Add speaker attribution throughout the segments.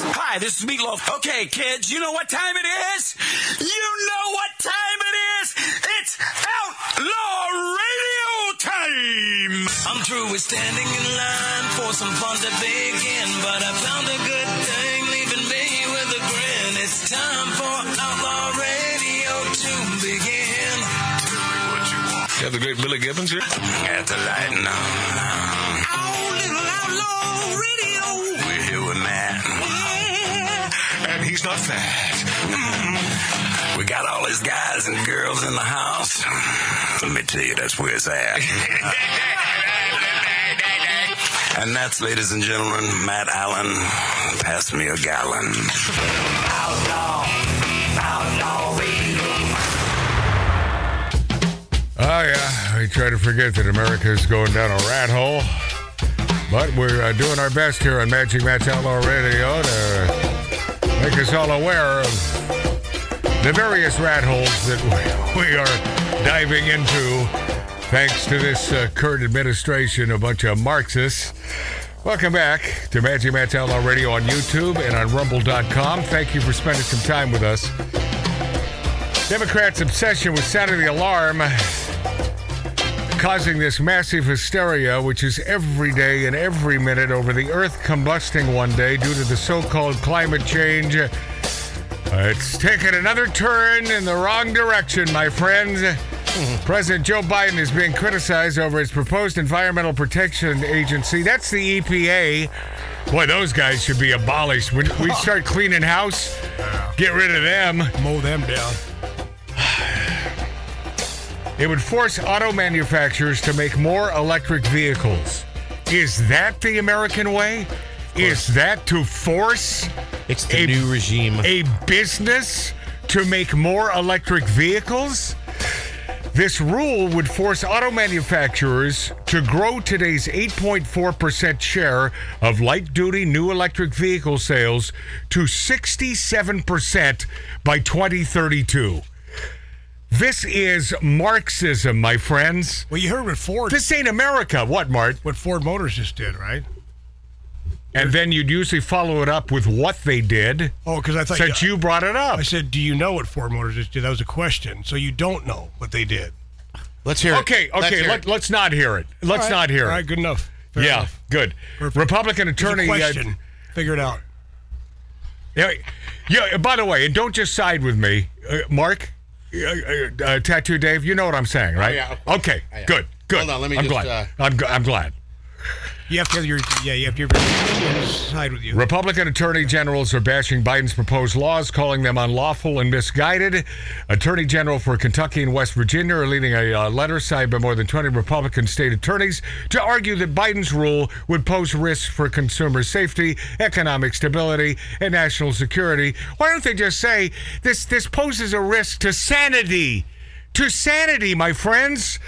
Speaker 1: Hi, this is Meatloaf. Okay, kids, you know what time it is? You know what time it is? It's Outlaw Radio time! I'm through with standing in line for some fun to begin, but I found a good thing leaving me with a grin. It's time for Outlaw Radio to begin.
Speaker 2: You have the great Billy Gibbons here?
Speaker 1: At the light now. Our Oh, little Outlaw Radio. We're here with Matt.
Speaker 2: And he's not fat.
Speaker 1: Mm-hmm. We got all these guys and girls in the house. Let me tell you, that's where it's at. and that's, ladies and gentlemen, Matt Allen. Pass me a gallon.
Speaker 2: Oh, yeah. We try to forget that America is going down a rat hole. But we're uh, doing our best here on Magic Matt's Outlaw Radio to make us all aware of the various rat holes that we- we are diving into thanks to this uh, current administration, a bunch of Marxists. Welcome back to Magic Matt's Outlaw Radio on YouTube and on Rumble.com. Thank you for spending some time with us. Democrats' obsession with sounding the alarm causing this massive hysteria, which is every day and every minute over the earth combusting one day due to the so called climate change. Uh, It's taken another turn in the wrong direction, my friends. President Joe Biden is being criticized over his proposed Environmental Protection Agency. That's the EPA. Boy, those guys should be abolished. When we start cleaning house, get rid of them.
Speaker 3: mow them down.
Speaker 2: It would force auto manufacturers to make more electric vehicles. Is that the American way? Is that to force
Speaker 3: It's the
Speaker 2: A-
Speaker 3: new regime.
Speaker 2: a business to make more electric vehicles? This rule would force auto manufacturers to grow today's 8.4% share of light duty new electric vehicle sales to 67% by 2032. This is Marxism, my friends.
Speaker 3: well, you heard what Ford
Speaker 2: This ain't America. What, Mart?
Speaker 3: what Ford Motors just did, right?
Speaker 2: And then you'd usually follow it up with what they did
Speaker 3: Oh, because I thought
Speaker 2: since you brought it up.
Speaker 3: I said, "Do you know what Ford Motors just did?" That was a question. So you don't know what they did.
Speaker 4: Let's hear
Speaker 2: Okay,
Speaker 4: it. Let's
Speaker 2: okay,
Speaker 4: hear
Speaker 2: let,
Speaker 4: it.
Speaker 2: let's not hear it. Let's
Speaker 3: All right.
Speaker 2: not hear
Speaker 3: All
Speaker 2: it.
Speaker 3: right, good enough. Fair
Speaker 2: yeah,
Speaker 3: enough.
Speaker 2: good.
Speaker 3: Perfect.
Speaker 2: Republican
Speaker 3: It's a
Speaker 2: attorney. uh,
Speaker 3: question. Figure it out.
Speaker 2: yeah, yeah, by the way, and don't just side with me, uh, Mark, uh, uh, uh, Tattoo Dave. You know what I'm saying, right?
Speaker 4: yeah, of course.
Speaker 2: Okay,
Speaker 4: Oh, yeah.
Speaker 2: good, good.
Speaker 4: Hold on, let me
Speaker 2: I'm
Speaker 4: just,
Speaker 2: glad.
Speaker 4: uh,
Speaker 2: I'm, g- I'm glad.
Speaker 3: You have to have your yeah. You have to have your side with you.
Speaker 2: Republican attorney generals are bashing Biden's proposed laws, calling them unlawful and misguided. Attorney General for Kentucky and West Virginia are leading a uh, letter signed by more than 20 Republican state attorneys to argue that Biden's rule would pose risks for consumer safety, economic stability, and national security. Why don't they just say this this poses a risk to sanity? to sanity, my friends.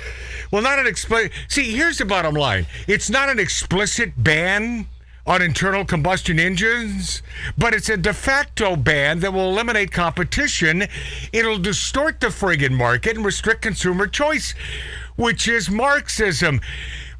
Speaker 2: Well, not an explicit. See, here's the bottom line it's not an explicit ban on internal combustion engines, but it's a de facto ban that will eliminate competition. It'll distort the friggin' market and restrict consumer choice, which is Marxism.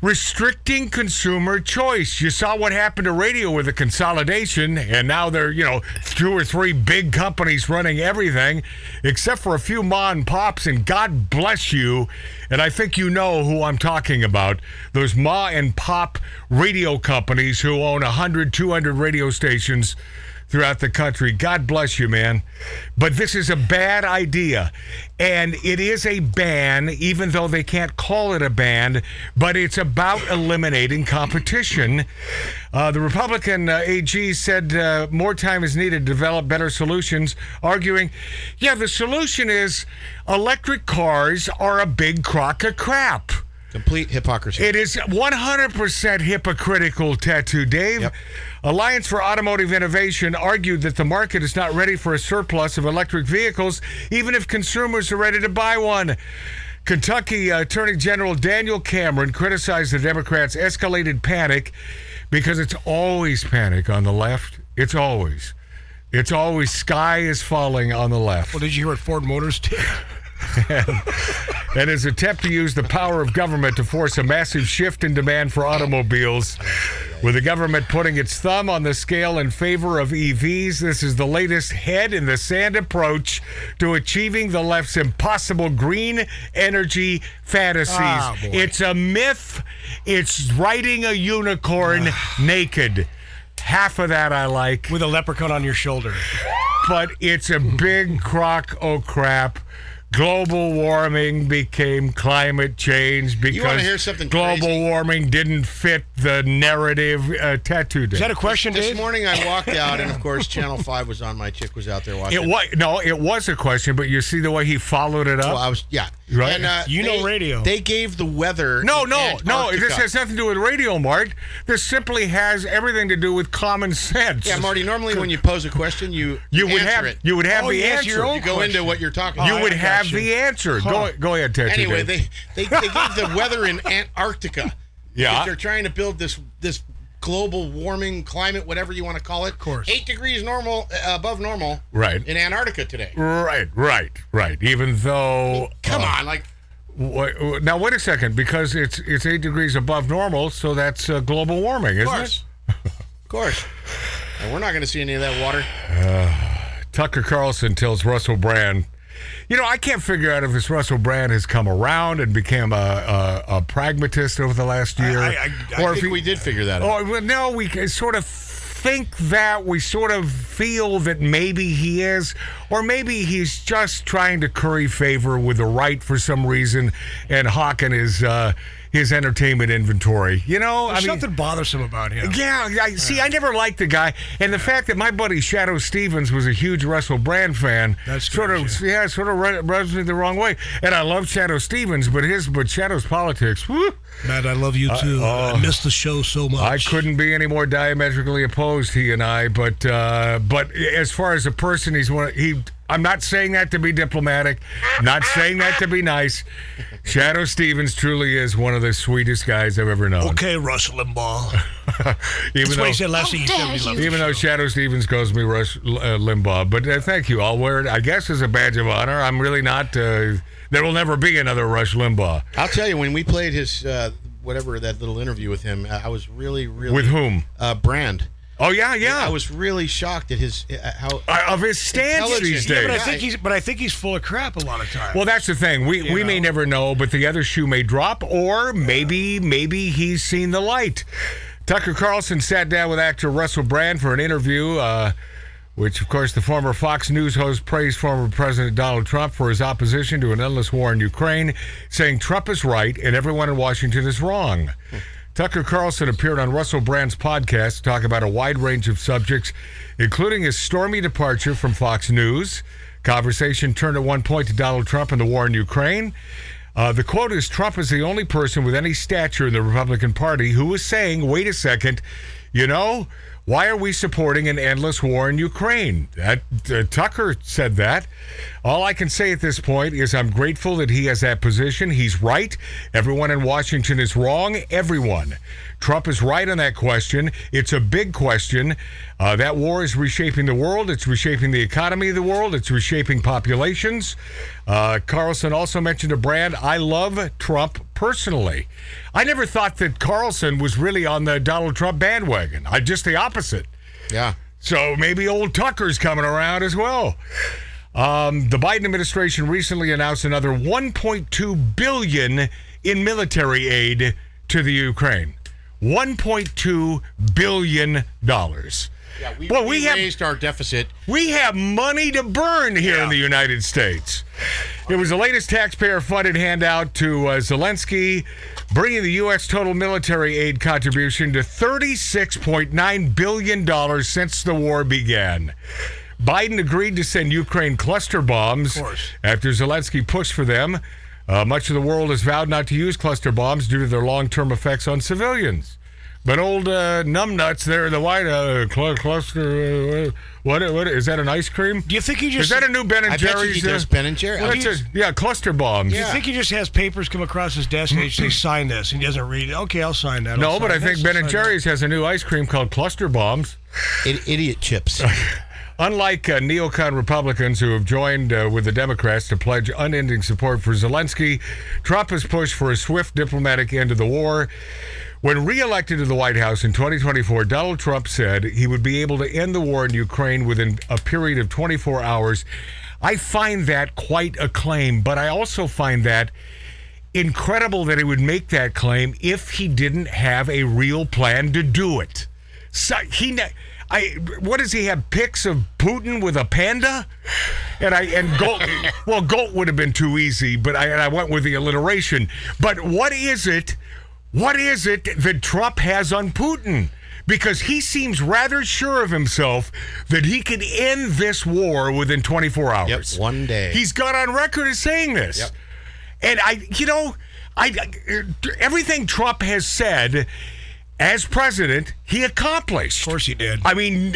Speaker 2: Restricting consumer choice. You saw what happened to radio with the consolidation, and now there are, you know, two or three big companies running everything except for a few ma and pops, and God bless you. And I think you know who I'm talking about those ma and pop radio companies who own 100, 200 radio stations throughout the country. God bless you, man. But this is a bad idea. And it is a ban, even though they can't call it a ban, but it's about eliminating competition. Uh, the Republican uh, AG said uh, more time is needed to develop better solutions, arguing, yeah, the solution is electric cars are a big crock of crap.
Speaker 4: Complete hypocrisy.
Speaker 2: It is 100% hypocritical, Tattoo Dave.
Speaker 4: Yep.
Speaker 2: Alliance for Automotive Innovation argued that the market is not ready for a surplus of electric vehicles, even if consumers are ready to buy one. Kentucky uh, Attorney General Daniel Cameron criticized the Democrats' escalated panic because it's always panic on the left. It's always. It's always sky is falling on the left
Speaker 3: Well, Oh, did you hear what Ford Motors did?
Speaker 2: and his attempt to use the power of government to force a massive shift in demand for automobiles. With the government putting its thumb on the scale in favor of EVs, this is the latest head in the sand approach to achieving the left's impossible green energy fantasies.
Speaker 3: Ah, boy.
Speaker 2: it's a myth. It's riding a unicorn
Speaker 3: Ah.
Speaker 2: naked. Half of that I like
Speaker 3: with a leprechaun on your shoulder.
Speaker 2: but it's a big crock oh crap. Global warming became climate change because
Speaker 4: hear something
Speaker 2: global
Speaker 4: crazy?
Speaker 2: warming didn't fit the narrative uh, tattoo
Speaker 3: Is that
Speaker 2: day.
Speaker 3: a question,
Speaker 4: This
Speaker 3: Dave?
Speaker 4: morning I walked out, and of course Channel Five was on. My chick was out there watching.
Speaker 2: It was no, it was a question, but you see the way he followed it up.
Speaker 4: Well, I was yeah.
Speaker 2: Right.
Speaker 4: And, uh,
Speaker 3: You know
Speaker 4: they-
Speaker 3: radio.
Speaker 4: They gave the weather.
Speaker 2: no,
Speaker 4: in
Speaker 2: no, no.
Speaker 4: Antarctica.
Speaker 2: This has nothing to do with radio, Mark. This simply has everything to do with common sense.
Speaker 4: Yeah, Marty. Normally, when you pose a question, you
Speaker 2: you would
Speaker 4: answer
Speaker 2: have
Speaker 4: it.
Speaker 2: you would have
Speaker 3: Oh,
Speaker 2: the
Speaker 3: you answer
Speaker 2: answer.
Speaker 3: your own
Speaker 4: You go into what you're talking.
Speaker 2: You
Speaker 4: about.
Speaker 2: would
Speaker 3: I got
Speaker 2: have
Speaker 3: you.
Speaker 2: the answer. Go go ahead, tattoo.
Speaker 4: Anyway,
Speaker 2: Dave.
Speaker 4: they, they they gave the weather in Antarctica.
Speaker 2: Yeah.
Speaker 4: Because They're trying to build this this global warming climate, whatever you want to call it. Of
Speaker 3: course.
Speaker 4: Eight degrees normal uh, above normal.
Speaker 2: Right.
Speaker 4: In Antarctica today.
Speaker 2: right, right, right. Even though
Speaker 4: Come on, like
Speaker 2: Wait, wait, now wait a second, because it's it's eight degrees above normal, so that's uh, global warming,
Speaker 4: of
Speaker 2: isn't it?
Speaker 4: course. of course. And we're not going to see any of that water.
Speaker 2: Tucker Carlson tells Russell Brand, you know, I can't figure out if this Russell Brand has come around and became a a, a pragmatist over the last year,
Speaker 3: I- I- I
Speaker 2: or
Speaker 4: I
Speaker 2: if
Speaker 4: think
Speaker 2: he,
Speaker 4: we did figure that out.
Speaker 2: or well, no, we can sort of think that we sort of feel that maybe he is, or maybe he's just trying to curry favor with the right for some reason, and hawking his uh, his entertainment inventory. You know, I
Speaker 3: There's
Speaker 2: mean.
Speaker 3: something bothersome about him.
Speaker 2: Yeah, I see. I never liked the guy, and the fact that my buddy Shadow Stevens was a huge Russell Brand fan
Speaker 3: That's
Speaker 2: sort of
Speaker 3: strange,
Speaker 2: yeah, sort of rub- rubs me the wrong way. And I love Shadow Stevens, but his but Shadow's politics, whoo,
Speaker 3: Matt, I love you too. I miss the show so much.
Speaker 2: Uh, I couldn't be any more diametrically opposed. He and I, but uh, but as far as a person, he's one. He. I'm not saying that to be diplomatic. Not saying that to be nice. Shadow Stevens truly is one of the sweetest guys I've ever known.
Speaker 3: Okay, Russ Limbaugh.
Speaker 2: Even
Speaker 3: That's
Speaker 2: though-
Speaker 3: what he said last week. He said he loved the
Speaker 2: Even though
Speaker 3: show.
Speaker 2: Shadow Stevens calls me Rush uh, Limbaugh, but uh, thank you. I'll wear it, I guess, as a badge of honor. I'm really not. Uh, there will never be another Rush Limbaugh.
Speaker 4: I'll tell you, when we played his uh, whatever that little interview with him, I I was really, really
Speaker 2: With whom?
Speaker 4: Uh, Brand.
Speaker 2: Oh yeah, yeah.
Speaker 4: I was really shocked at his uh, how.
Speaker 2: Uh, of his stance
Speaker 4: Intelligent.
Speaker 2: these
Speaker 4: Yeah,
Speaker 2: days.
Speaker 3: but I think he's but I think he's full of crap a lot of times.
Speaker 2: well, that's the thing. We we may never know, but the other shoe may drop, or maybe maybe he's seen the light. Tucker Carlson sat down with actor Russell Brand for an interview. Uh, which, of course, the former Fox News host praised former President Donald Trump for his opposition to an endless war in Ukraine, saying Trump is right and everyone in Washington is wrong. Tucker Carlson appeared on Russell Brand's podcast to talk about a wide range of subjects, including his stormy departure from Fox News. Conversation turned at one point to Donald Trump and the war in Ukraine. Uh, the quote is Trump is the only person with any stature in the Republican Party who is saying, wait a second, you know, why are we supporting an endless war in Ukraine? That uh, Tucker said that. All I can say at this point is I'm grateful that he has that position. He's right. Everyone in Washington is wrong. Everyone. Trump is right on that question. It's a big question. Uh, that war is reshaping the world. It's reshaping the economy of the world. It's reshaping populations. Uh, Carlson also mentioned a brand. I love Trump personally. I never thought that Carlson was really on the Donald Trump bandwagon. I just the opposite.
Speaker 4: Yeah.
Speaker 2: So maybe old Tucker's coming around as well. Um, the Biden administration recently announced another 1.2 billion in military aid to the Ukraine. 1.2 billion dollars.
Speaker 4: Yeah, we,
Speaker 2: well,
Speaker 4: we,
Speaker 2: we have
Speaker 4: raised our deficit.
Speaker 2: we have money to burn here in the United States. It was the latest taxpayer funded handout to uh, Zelensky, bringing the U.S. total military aid contribution to $36.9 billion since the war began. Biden agreed to send Ukraine cluster bombs
Speaker 3: course.
Speaker 2: after Zelensky pushed for them. Uh, much of the world has vowed not to use cluster bombs due to their long term effects on civilians. But old uh, numbnuts there in the White House, cl- cluster, uh, what, what is that? An ice cream?
Speaker 3: Do you think he
Speaker 2: Is
Speaker 3: just
Speaker 2: that a new Ben and
Speaker 4: I bet you
Speaker 2: Jerry's?
Speaker 4: he does
Speaker 2: uh,
Speaker 4: Ben and Jerry.
Speaker 2: well, that's a- yeah, cluster bombs.
Speaker 3: Do you think he just has papers come across his desk and they say sign this and he doesn't read it? Okay, I'll sign that.
Speaker 2: No,
Speaker 3: I'll
Speaker 2: but I
Speaker 3: sign
Speaker 2: think
Speaker 3: this,
Speaker 2: Ben
Speaker 3: I'll
Speaker 2: and
Speaker 3: sign that.
Speaker 2: Jerry's has a new ice cream called Cluster Bombs.
Speaker 4: Id- idiot chips.
Speaker 2: Unlike uh, neocon Republicans who have joined uh, with the Democrats to pledge unending support for Zelensky, Trump has pushed for a swift diplomatic end to the war. When reelected to the White House in 2024, Donald Trump said he would be able to end the war in Ukraine within a period of 24 hours. I find that quite a claim, but I also find that incredible that he would make that claim if he didn't have a real plan to do it. So he, ne- I, what does he have? Pics of Putin with a panda, and I and goat. well, goat would have been too easy, but I and I went with the alliteration. But what is it? What is it that Trump has on Putin? Because he seems rather sure of himself that he can end this war within 24 hours.
Speaker 4: one day.
Speaker 2: He's got on record as saying this.
Speaker 4: Yep.
Speaker 2: And I, you know, I, I- everything Trump has said as president, he accomplished.
Speaker 3: Of course he did.
Speaker 2: I mean,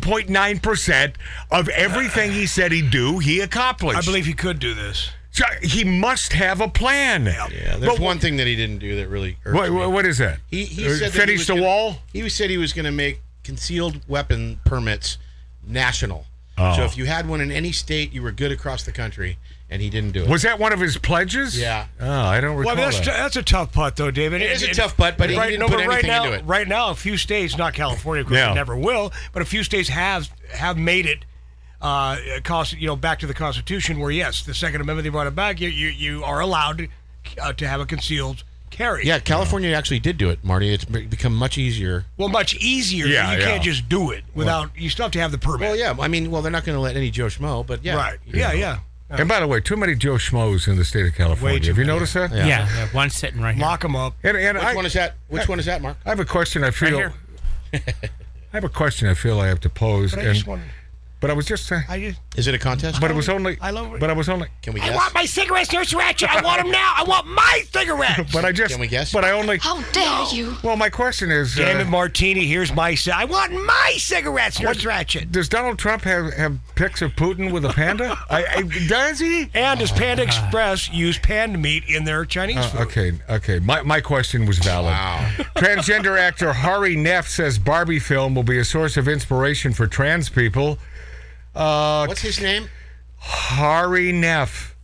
Speaker 2: 99.9% of everything he said he'd do, he accomplished.
Speaker 3: I believe he could do this.
Speaker 2: So he must have a plan.
Speaker 4: yeah, there's one thing that he didn't do that really. irked
Speaker 2: What,
Speaker 4: me.
Speaker 2: what- what is that?
Speaker 4: He, he
Speaker 2: Uh,
Speaker 4: said that he
Speaker 2: finish
Speaker 4: was
Speaker 2: the
Speaker 4: gonna-
Speaker 2: wall?
Speaker 4: He said he was going to make concealed weapon permits national.
Speaker 2: Oh.
Speaker 4: So if you had one in any state, you were good across the country, and he didn't do it.
Speaker 2: Was that one of his pledges?
Speaker 4: Yeah.
Speaker 2: Oh, I don't recall
Speaker 3: Well, that's
Speaker 2: that.
Speaker 3: t- that's a tough putt, though, David.
Speaker 4: It is a tough putt, but he didn't put
Speaker 3: right
Speaker 4: anything
Speaker 3: now,
Speaker 4: into it.
Speaker 3: Right now, a few states, not California, of course,
Speaker 2: Yeah.
Speaker 3: it never will, but a few states have have made it. Uh, cost, you know, back to the Constitution, where yes, the Second Amendment they brought it back. You you, you are allowed uh, to have a concealed carry.
Speaker 4: yeah, California actually did do it, Marty. It's be- become much easier.
Speaker 3: Well, much easier.
Speaker 2: Yeah,
Speaker 3: you
Speaker 2: yeah.
Speaker 3: can't just do it without. you still have to have the permit.
Speaker 4: Well, yeah. I mean, well, they're not going to let any Joe Schmo, but yeah,
Speaker 3: Right. Yeah. Yeah.
Speaker 2: and by the way, too many Joe Schmoes in the state of California.
Speaker 3: too
Speaker 2: Have you
Speaker 3: many.
Speaker 2: noticed that?
Speaker 5: Yeah, yeah, one's sitting right here.
Speaker 3: Lock them up.
Speaker 2: And, and
Speaker 4: Which
Speaker 2: I,
Speaker 4: one is that? Which one is that, Mark?
Speaker 2: I have a question. I feel.
Speaker 5: here.
Speaker 2: I have a question. I feel I have to pose.
Speaker 3: But I
Speaker 2: and-
Speaker 3: just wanted.
Speaker 2: but I was just saying.
Speaker 3: I just.
Speaker 4: Is it a contest?
Speaker 2: But it was only.
Speaker 3: I love-
Speaker 2: But I was only.
Speaker 4: Can we
Speaker 3: I
Speaker 4: guess?
Speaker 3: want my cigarettes, Nurse Ratchet. I want them now. I want my cigarettes.
Speaker 2: But I just.
Speaker 4: Can we guess?
Speaker 2: But I only.
Speaker 6: How dare you?
Speaker 2: Well, my question is. uh,
Speaker 3: Damn it, Martini. Here's my. Ci- I want my cigarettes, Nurse Ratchet.
Speaker 2: does Donald Trump have, have pics of Putin with a panda? I, I, does he?
Speaker 3: And does Panda Express use panda meat in their Chinese food?
Speaker 2: Okay, okay. My, my question was valid.
Speaker 4: Wow.
Speaker 2: Transgender actor Hari Neff says Barbie film will be a source of inspiration for trans people.
Speaker 4: What's his name?
Speaker 2: Hari Neff.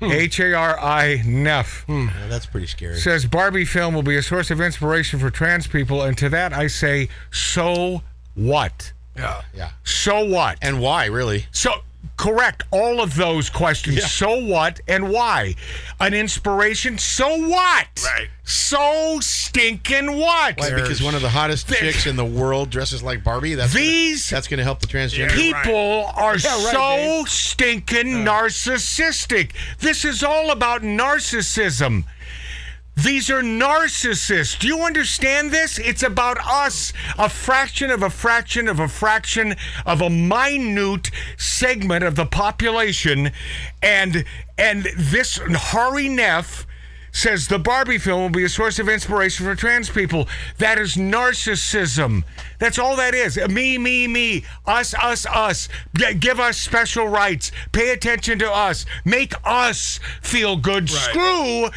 Speaker 3: Hmm.
Speaker 2: H A R I Neff.
Speaker 4: Oh, that's pretty scary.
Speaker 2: says Barbie film will be a source of inspiration for trans people, and to that I say, so what?
Speaker 3: Yeah.
Speaker 4: yeah.
Speaker 2: So what?
Speaker 4: And why, really?
Speaker 2: So correct all of those questions. So what and why? An inspiration. So what?
Speaker 3: Right.
Speaker 2: So stinking what?
Speaker 4: Why? Because one of the hottest chicks in the world dresses like Barbie. That's gonna-
Speaker 2: These-
Speaker 4: that's going to help the transgender.
Speaker 2: People are
Speaker 3: right,
Speaker 2: so
Speaker 3: Dave. Uh.
Speaker 2: stinking narcissistic. This is all about narcissism. These are narcissists. Do you understand this? It's about us, a fraction of a fraction of a fraction of a minute segment of the population, and and this Hari Neff says the Barbie film will be a source of inspiration for trans people. That is narcissism. That's all that is. Me, me, me. Us, us, us. G- give us special rights. Pay attention to us. Make us feel good. Screw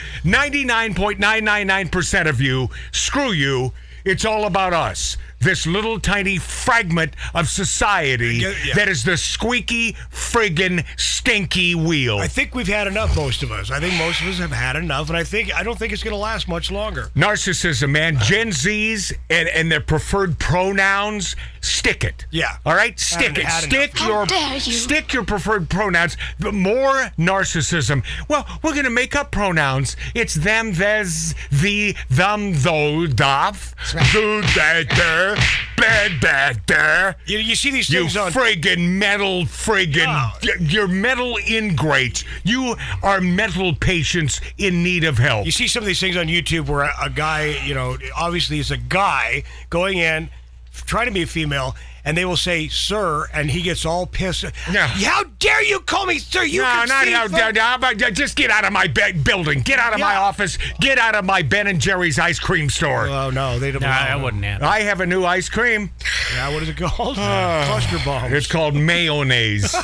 Speaker 2: 99.999% of you. Screw you. It's all about us. This little tiny fragment of society
Speaker 3: I get- yeah.
Speaker 2: that is the squeaky, friggin' stinky wheel.
Speaker 3: I think we've had enough, most of us. I think most of us have had enough, and I think I don't think it's going to last much longer.
Speaker 2: Narcissism, man. Gen Z's and, and their preferred pronouns. Stick it.
Speaker 3: Yeah.
Speaker 2: All right. Stick
Speaker 3: Haven't
Speaker 2: it.
Speaker 3: had
Speaker 2: Stick
Speaker 6: enough.
Speaker 2: your
Speaker 6: How dare you.
Speaker 2: stick your preferred pronouns. The more narcissism. Well, we're gonna make up pronouns. It's them, there's the, them, though, dof, do that there, bad, bad there.
Speaker 3: You, you see these
Speaker 2: You
Speaker 3: things on. Oh.
Speaker 2: friggin' metal, friggin'
Speaker 3: Yeah.
Speaker 2: y- you're metal ingrates. You are mental patients in need of help.
Speaker 3: you see some of these things on YouTube where a, a guy, you know, obviously it's a guy going in, f- trying to be a female, and they will say "sir," and he gets all pissed.
Speaker 2: Yeah.
Speaker 3: How dare you call me sir? You
Speaker 2: no,
Speaker 3: can
Speaker 2: not
Speaker 3: see
Speaker 2: how,
Speaker 3: from-
Speaker 2: no, how about- just get out of my be- building. Get out of my
Speaker 3: Yeah.
Speaker 2: office. Get out of my Ben and Jerry's ice cream store.
Speaker 3: Oh no, they don't.
Speaker 5: No,
Speaker 3: allow
Speaker 5: I
Speaker 3: them.
Speaker 5: wouldn't have.
Speaker 2: I have a new ice cream.
Speaker 3: Yeah, what is it called? Cluster bombs.
Speaker 2: It's called mayonnaise.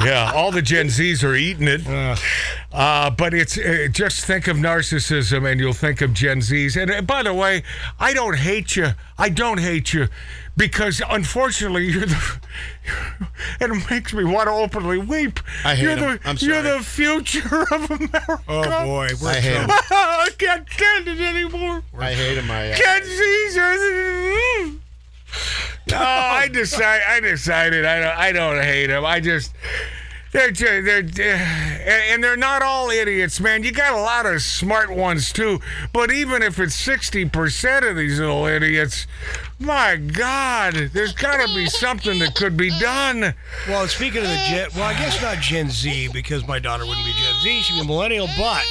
Speaker 2: yeah, all the Gen Zs are eating it. Uh, Uh, but it's uh, just think of narcissism and you'll think of Gen Z's. And uh, by the way, I don't hate you. I don't hate you because unfortunately you're the. and it makes me want to openly weep.
Speaker 4: I hate
Speaker 2: you're
Speaker 4: 'em.
Speaker 2: the,
Speaker 4: I'm
Speaker 2: You're
Speaker 4: sorry.
Speaker 2: the future of America.
Speaker 3: Oh boy, we're
Speaker 4: I
Speaker 3: in
Speaker 4: hate
Speaker 3: trouble.
Speaker 4: him.
Speaker 2: I can't stand it anymore.
Speaker 4: I hate uh, him. I,
Speaker 2: Gen Z's. are- No, I decide. I decided. I don't. I don't hate them. I just. They're, ju- they're they're and they're not all idiots, man. You got a lot of smart ones too. But even if it's sixty percent of these little idiots, my God, there's got to be something that could be done.
Speaker 3: Well, speaking of the Gen, well, I guess not Gen Z because my daughter wouldn't be Gen Z; she'd be a millennial. But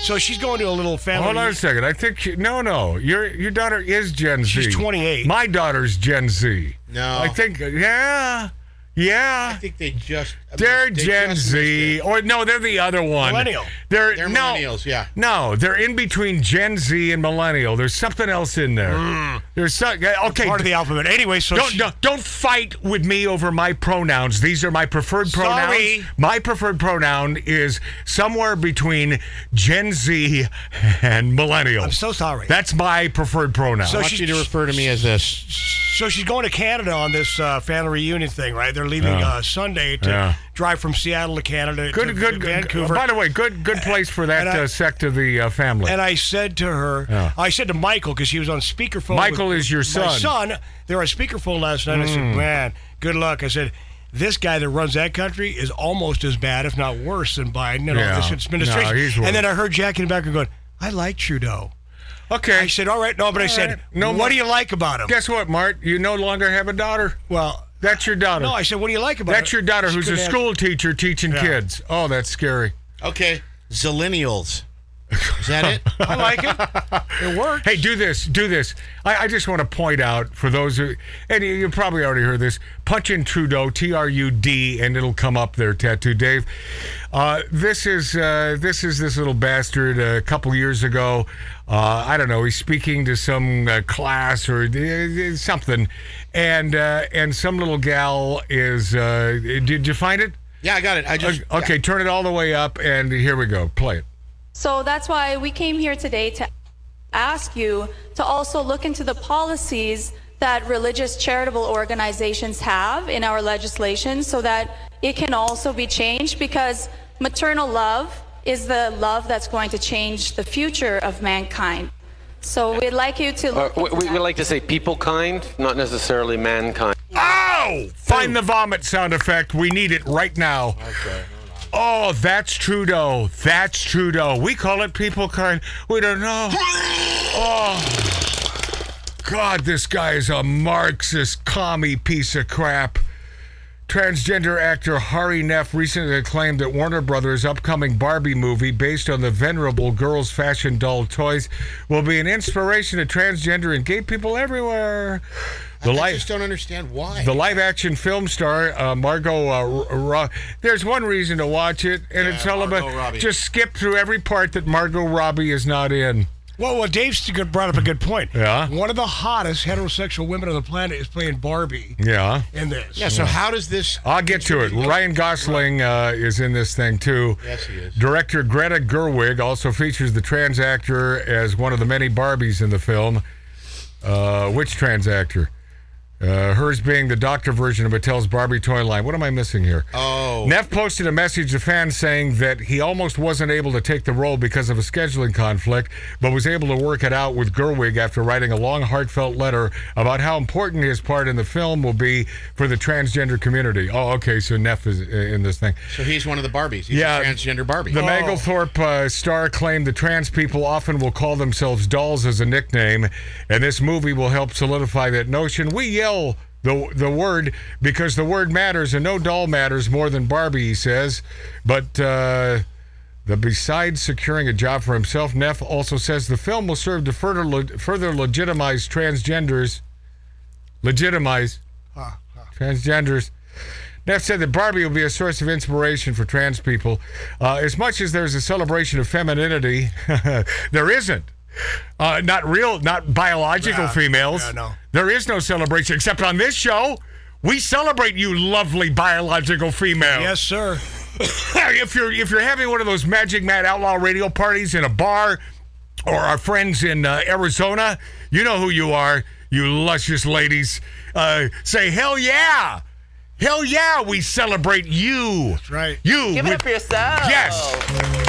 Speaker 3: so she's going to a little family.
Speaker 2: Hold on a second. I think she, no, no. Your your daughter is Gen Z.
Speaker 3: She's 28.
Speaker 2: My daughter's Gen Z.
Speaker 4: No.
Speaker 2: I think yeah, yeah.
Speaker 4: I think they just
Speaker 2: They're
Speaker 4: they
Speaker 2: Gen
Speaker 4: just
Speaker 2: Z,
Speaker 4: missed
Speaker 2: or no, they're the other one.
Speaker 3: Millennial.
Speaker 2: They're,
Speaker 4: They're
Speaker 2: no,
Speaker 4: millennials, yeah.
Speaker 2: No, they're in between Gen Z and millennial. There's something else in there. There's some, okay.
Speaker 3: Hmm. part of the alphabet. Anyway, so
Speaker 2: don't,
Speaker 3: she-
Speaker 2: don't don't fight with me over my pronouns. These are my preferred pronouns.
Speaker 3: Sorry.
Speaker 2: My preferred pronoun is somewhere between Gen Z and millennial.
Speaker 3: I'm so sorry.
Speaker 2: That's my preferred pronoun.
Speaker 4: it. I
Speaker 3: So
Speaker 4: want you to refer to me as this.
Speaker 3: So she's going to Canada on this uh, family reunion thing, right? They're leaving uh, Sunday to
Speaker 2: Yeah.
Speaker 3: drive from Seattle to Canada to,
Speaker 2: good,
Speaker 3: to
Speaker 2: good,
Speaker 3: Vancouver.
Speaker 2: By the way, good, good place for that
Speaker 3: and I-
Speaker 2: uh, sect of the uh, family.
Speaker 3: and I said to her, I said to Michael because he was on speakerphone.
Speaker 2: Michael
Speaker 3: with
Speaker 2: is your
Speaker 3: My
Speaker 2: son. Hmm.
Speaker 3: son, they were on speakerphone last night. I said, man, good luck. I said. This guy that runs that country is almost as bad, if not worse, than Biden and
Speaker 2: Yeah.
Speaker 3: all this administration.
Speaker 2: No, he's worse.
Speaker 3: and then I heard Jack in the background going, "I like Trudeau."
Speaker 2: okay.
Speaker 3: I said, "All right, no," but I said,
Speaker 2: right. No
Speaker 3: what
Speaker 2: more-
Speaker 3: do you like about him?"
Speaker 2: Guess what, Mart? You no longer have a daughter.
Speaker 3: Well,
Speaker 2: That's your daughter.
Speaker 3: no, I said, "What do you like about him?"
Speaker 2: That's your daughter
Speaker 3: She
Speaker 2: who's a
Speaker 3: couldn't answer.
Speaker 2: school teacher teaching kids. Oh, that's scary.
Speaker 4: Okay, Zillennials. Is that it?
Speaker 3: I like it. It works.
Speaker 2: Hey, do this, do this. I, I just want to point out for those who, and you, you probably already heard this, punch in Trudeau, T R U D, and it'll come up there, Tattoo Dave. Uh, this is uh, this is this little bastard a couple years ago. Uh, I don't know. He's speaking to some uh, class or uh, something, and uh, and some little gal is. Uh, did you find it?
Speaker 4: Yeah, I got it. I just
Speaker 2: Okay, turn it all the way up, and here we go. Play it.
Speaker 5: So that's why we came here today to ask you to also look into the policies that religious charitable organizations have in our legislation so that it can also be changed because maternal love is the love that's going to change the future of mankind. So we'd like you to
Speaker 6: Uh,
Speaker 5: look
Speaker 6: we,
Speaker 5: into
Speaker 6: we
Speaker 5: that.
Speaker 6: we like to say people kind, not necessarily mankind.
Speaker 2: Ow! Oh, Find the vomit sound effect. We need it right now. Oh, that's Trudeau. That's Trudeau. We call it people kind. We don't know. Oh, God, this guy is a Marxist commie piece of crap. Transgender actor Hari Neff recently claimed that Warner Brothers' upcoming Barbie movie, based on the venerable girls' fashion doll toys, will be an inspiration to transgender and gay people everywhere. The
Speaker 4: I
Speaker 2: life.
Speaker 4: just don't understand why.
Speaker 2: The live action film star uh, Margot uh, Ro- Ro- there's one reason to watch it, and it's all
Speaker 4: Margot
Speaker 2: about
Speaker 4: Robbie.
Speaker 2: just skip through every part that Margot Robbie is not in.
Speaker 3: Well, well, Dave's good- brought up a good point.
Speaker 2: Yeah.
Speaker 3: One of the hottest heterosexual women on the planet is playing Barbie
Speaker 2: Yeah.
Speaker 3: in this.
Speaker 4: yeah. So how does this?
Speaker 2: I'll get to it. Ryan Gosling uh, is in this thing too.
Speaker 4: Yes, he is.
Speaker 2: Director Greta Gerwig also features the trans actor as one of the many Barbies in the film. Uh, which trans actor? Uh, hers being the doctor version of Mattel's Barbie toy line. What am I missing here?
Speaker 4: Oh,
Speaker 2: Neff posted a message to fans saying that he almost wasn't able to take the role because of a scheduling conflict, but was able to work it out with Gerwig after writing a long, heartfelt letter about how important his part in the film will be for the transgender community. Oh, okay, so Neff is uh, in this thing.
Speaker 4: so he's one of the Barbies. He's
Speaker 2: Yeah.
Speaker 4: a transgender Barbie.
Speaker 2: The
Speaker 4: Oh.
Speaker 2: Manglethorpe uh, star claimed the trans people often will call themselves dolls as a nickname, and this movie will help solidify that notion. We yell the the word because the word matters, and no doll matters more than Barbie, he says. But uh, the besides securing a job for himself, Neff also says the film will serve to further le- further legitimize transgenders. Legitimize transgenders. Neff said that Barbie will be a source of inspiration for trans people. Uh, as much as there's a celebration of femininity, there isn't. Uh, not real, not biological
Speaker 3: Yeah,
Speaker 2: females.
Speaker 3: yeah, no.
Speaker 2: There is no celebration except on this show. We celebrate you lovely biological females.
Speaker 3: Yes, sir.
Speaker 2: if you're if you're having one of those Magic Mad Outlaw radio parties in a bar, or our friends in uh, Arizona, you know who you are, you luscious ladies. Uh, say hell yeah, hell yeah, we celebrate you. That's
Speaker 3: right.
Speaker 2: You
Speaker 7: Give it
Speaker 2: with-
Speaker 7: up for yourself.
Speaker 2: Yes,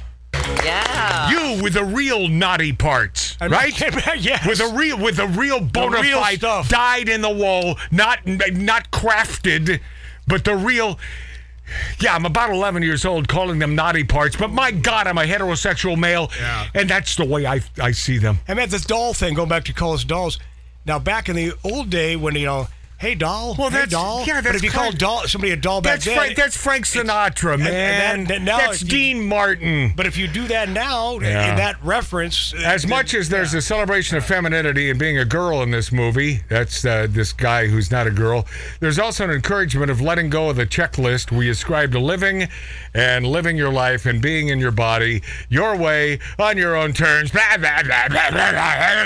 Speaker 7: Yeah.
Speaker 2: you with the real naughty parts, right?
Speaker 3: yes.
Speaker 2: With a real, with a real bona
Speaker 3: real
Speaker 2: fide,
Speaker 3: stuff.
Speaker 2: dyed in the wool, not not crafted, but the real. Yeah, I'm about 11 years old, calling them naughty parts, but my God, I'm a heterosexual male,
Speaker 3: Yeah.
Speaker 2: and that's the way I I see them.
Speaker 3: I meant this doll thing. Going back to call us dolls. Now, back in the old day, when you know, hey doll,
Speaker 2: Well,
Speaker 3: hey,
Speaker 2: that's-
Speaker 3: doll.
Speaker 2: yeah,
Speaker 3: but
Speaker 2: that's
Speaker 3: if you call
Speaker 2: kind-
Speaker 3: doll somebody a doll back
Speaker 2: That's
Speaker 3: then,
Speaker 2: Frank, that's Frank Sinatra,
Speaker 3: and-
Speaker 2: man.
Speaker 3: and then- now
Speaker 2: that's
Speaker 3: you-
Speaker 2: Dean Martin.
Speaker 3: But if you do that now,
Speaker 2: Yeah.
Speaker 3: in that reference,
Speaker 2: As
Speaker 3: uh,
Speaker 2: much as there's a celebration of femininity and being a girl in this movie, that's uh, this guy who's not a girl. There's also an encouragement of letting go of the checklist we ascribe to living and living your life and being in your body, your way, on your own terms. Blah, blah, blah, blah, blah, blah.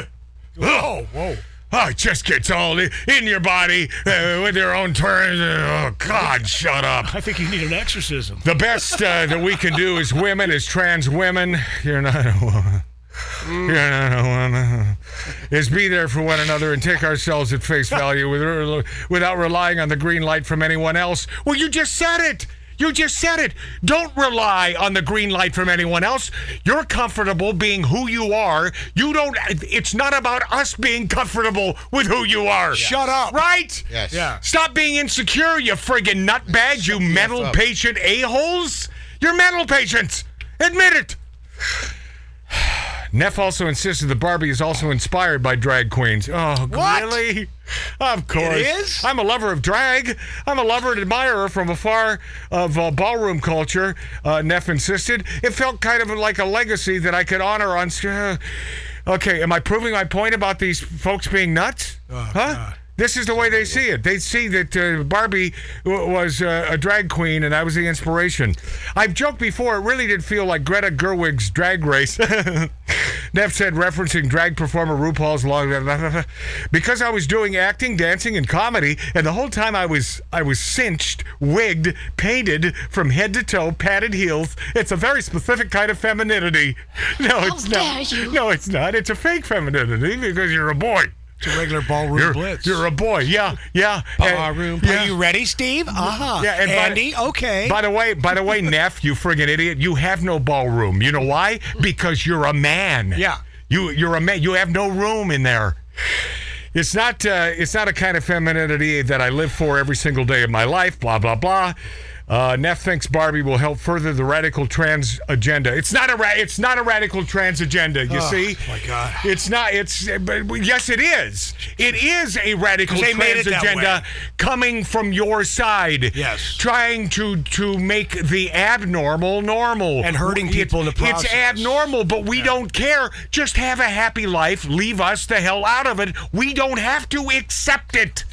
Speaker 2: Whoa, whoa. Oh, it just gets all in your body uh, with your own terms. Oh, God, shut up.
Speaker 3: I think you need an exorcism.
Speaker 2: The best uh, that we can do as women, as trans women, you're not a woman. You're not a woman. Is be there for one another and take ourselves at face value with- without relying on the green light from anyone else. Well, you just said it. You just said it. Don't rely on the green light from anyone else. You're comfortable being who you are. You don't. It's not about us being comfortable with who you are.
Speaker 3: Shut up.
Speaker 2: Right?
Speaker 4: Yes.
Speaker 3: Yeah.
Speaker 2: Stop being insecure, you friggin' nutbags, you mental
Speaker 4: up.
Speaker 2: patient a-holes. You're mental patients. Admit it. Neff also insisted that Barbie is also inspired by drag queens. Oh,
Speaker 3: What?
Speaker 2: really? Of course.
Speaker 3: It is?
Speaker 2: I'm a lover of drag. I'm a lover and admirer from afar of uh, ballroom culture, uh, Neff insisted. It felt kind of like a legacy that I could honor on. st- uh, okay, am I proving my point about these folks being nuts?
Speaker 3: Oh,
Speaker 2: huh? This is the way they see it. They see that uh, Barbie w- was uh, a drag queen, and I was the inspiration. I've joked before; it really did feel like Greta Gerwig's drag race. Neff said, referencing drag performer RuPaul's long. because I was doing acting, dancing, and comedy, and the whole time I was I was cinched, wigged, painted from head to toe, padded heels. It's a very specific kind of femininity. No, it's not. No, it's not. It's a fake femininity because you're a boy.
Speaker 3: It's a regular ballroom
Speaker 2: You're,
Speaker 3: blitz.
Speaker 2: you're a boy. Yeah, yeah. And-
Speaker 4: room.
Speaker 2: yeah.
Speaker 3: Are you ready, Steve? Uh huh.
Speaker 2: Yeah, and by-
Speaker 3: Andy, okay.
Speaker 2: By the way, by the way, Neff, you friggin' idiot, you have no ballroom. You know why? Because you're a man.
Speaker 3: Yeah.
Speaker 2: You you're a man. You have no room in there. It's not uh, it's not a kind of femininity that I live for every single day of my life. Blah blah blah. Uh, Neff thinks Barbie will help further the radical trans agenda. It's not a ra- it's not a radical trans agenda. You
Speaker 3: Oh,
Speaker 2: see?
Speaker 3: my God.
Speaker 2: It's not. It's but yes, it is. It is a radical
Speaker 3: 'Cause they
Speaker 2: trans
Speaker 3: made it that
Speaker 2: agenda
Speaker 3: way.
Speaker 2: coming from your side.
Speaker 3: Yes.
Speaker 2: Trying to to make the abnormal normal
Speaker 3: And hurting
Speaker 2: It's-
Speaker 3: people in the process.
Speaker 2: It's abnormal, but we don't care. Just have a happy life. Leave us the hell out of it. We don't have to accept it.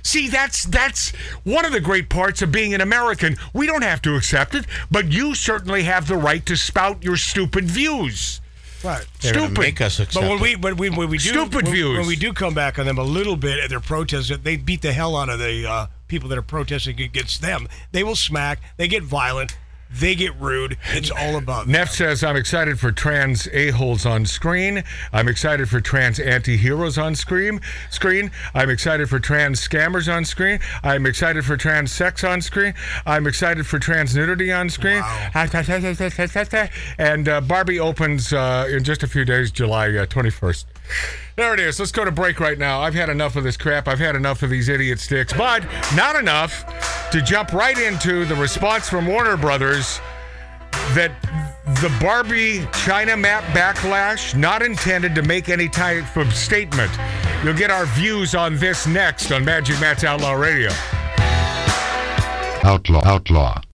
Speaker 2: See, that's that's one of the great parts of being an American. We don't have to accept it, but you certainly have the right to spout your stupid views.
Speaker 3: right.
Speaker 2: stupid.
Speaker 4: Make us accept
Speaker 3: But when
Speaker 4: it.
Speaker 3: we when we, when we do
Speaker 2: Stupid
Speaker 3: when,
Speaker 2: views.
Speaker 3: when we do come back on them a little bit at their protests, they beat the hell out of the uh, people that are protesting against them. They will smack. They get violent. They get rude. It's all about them.
Speaker 2: Neff says, I'm excited for trans a-holes on screen. I'm excited for trans anti-heroes on screen. Screen. I'm excited for trans scammers on screen. I'm excited for trans sex on screen. I'm excited for trans nudity on screen. And uh, Barbie opens uh, in just a few days, July uh, 21st. There it is. Let's go to break right now. I've had enough of this crap. I've had enough of these idiot sticks, but not enough to jump right into the response from Warner Brothers that the Barbie China map backlash not intended to make any type of statement. You'll get our views on this next on Magic Matt's Outlaw Radio.
Speaker 8: Outlaw. Outlaw.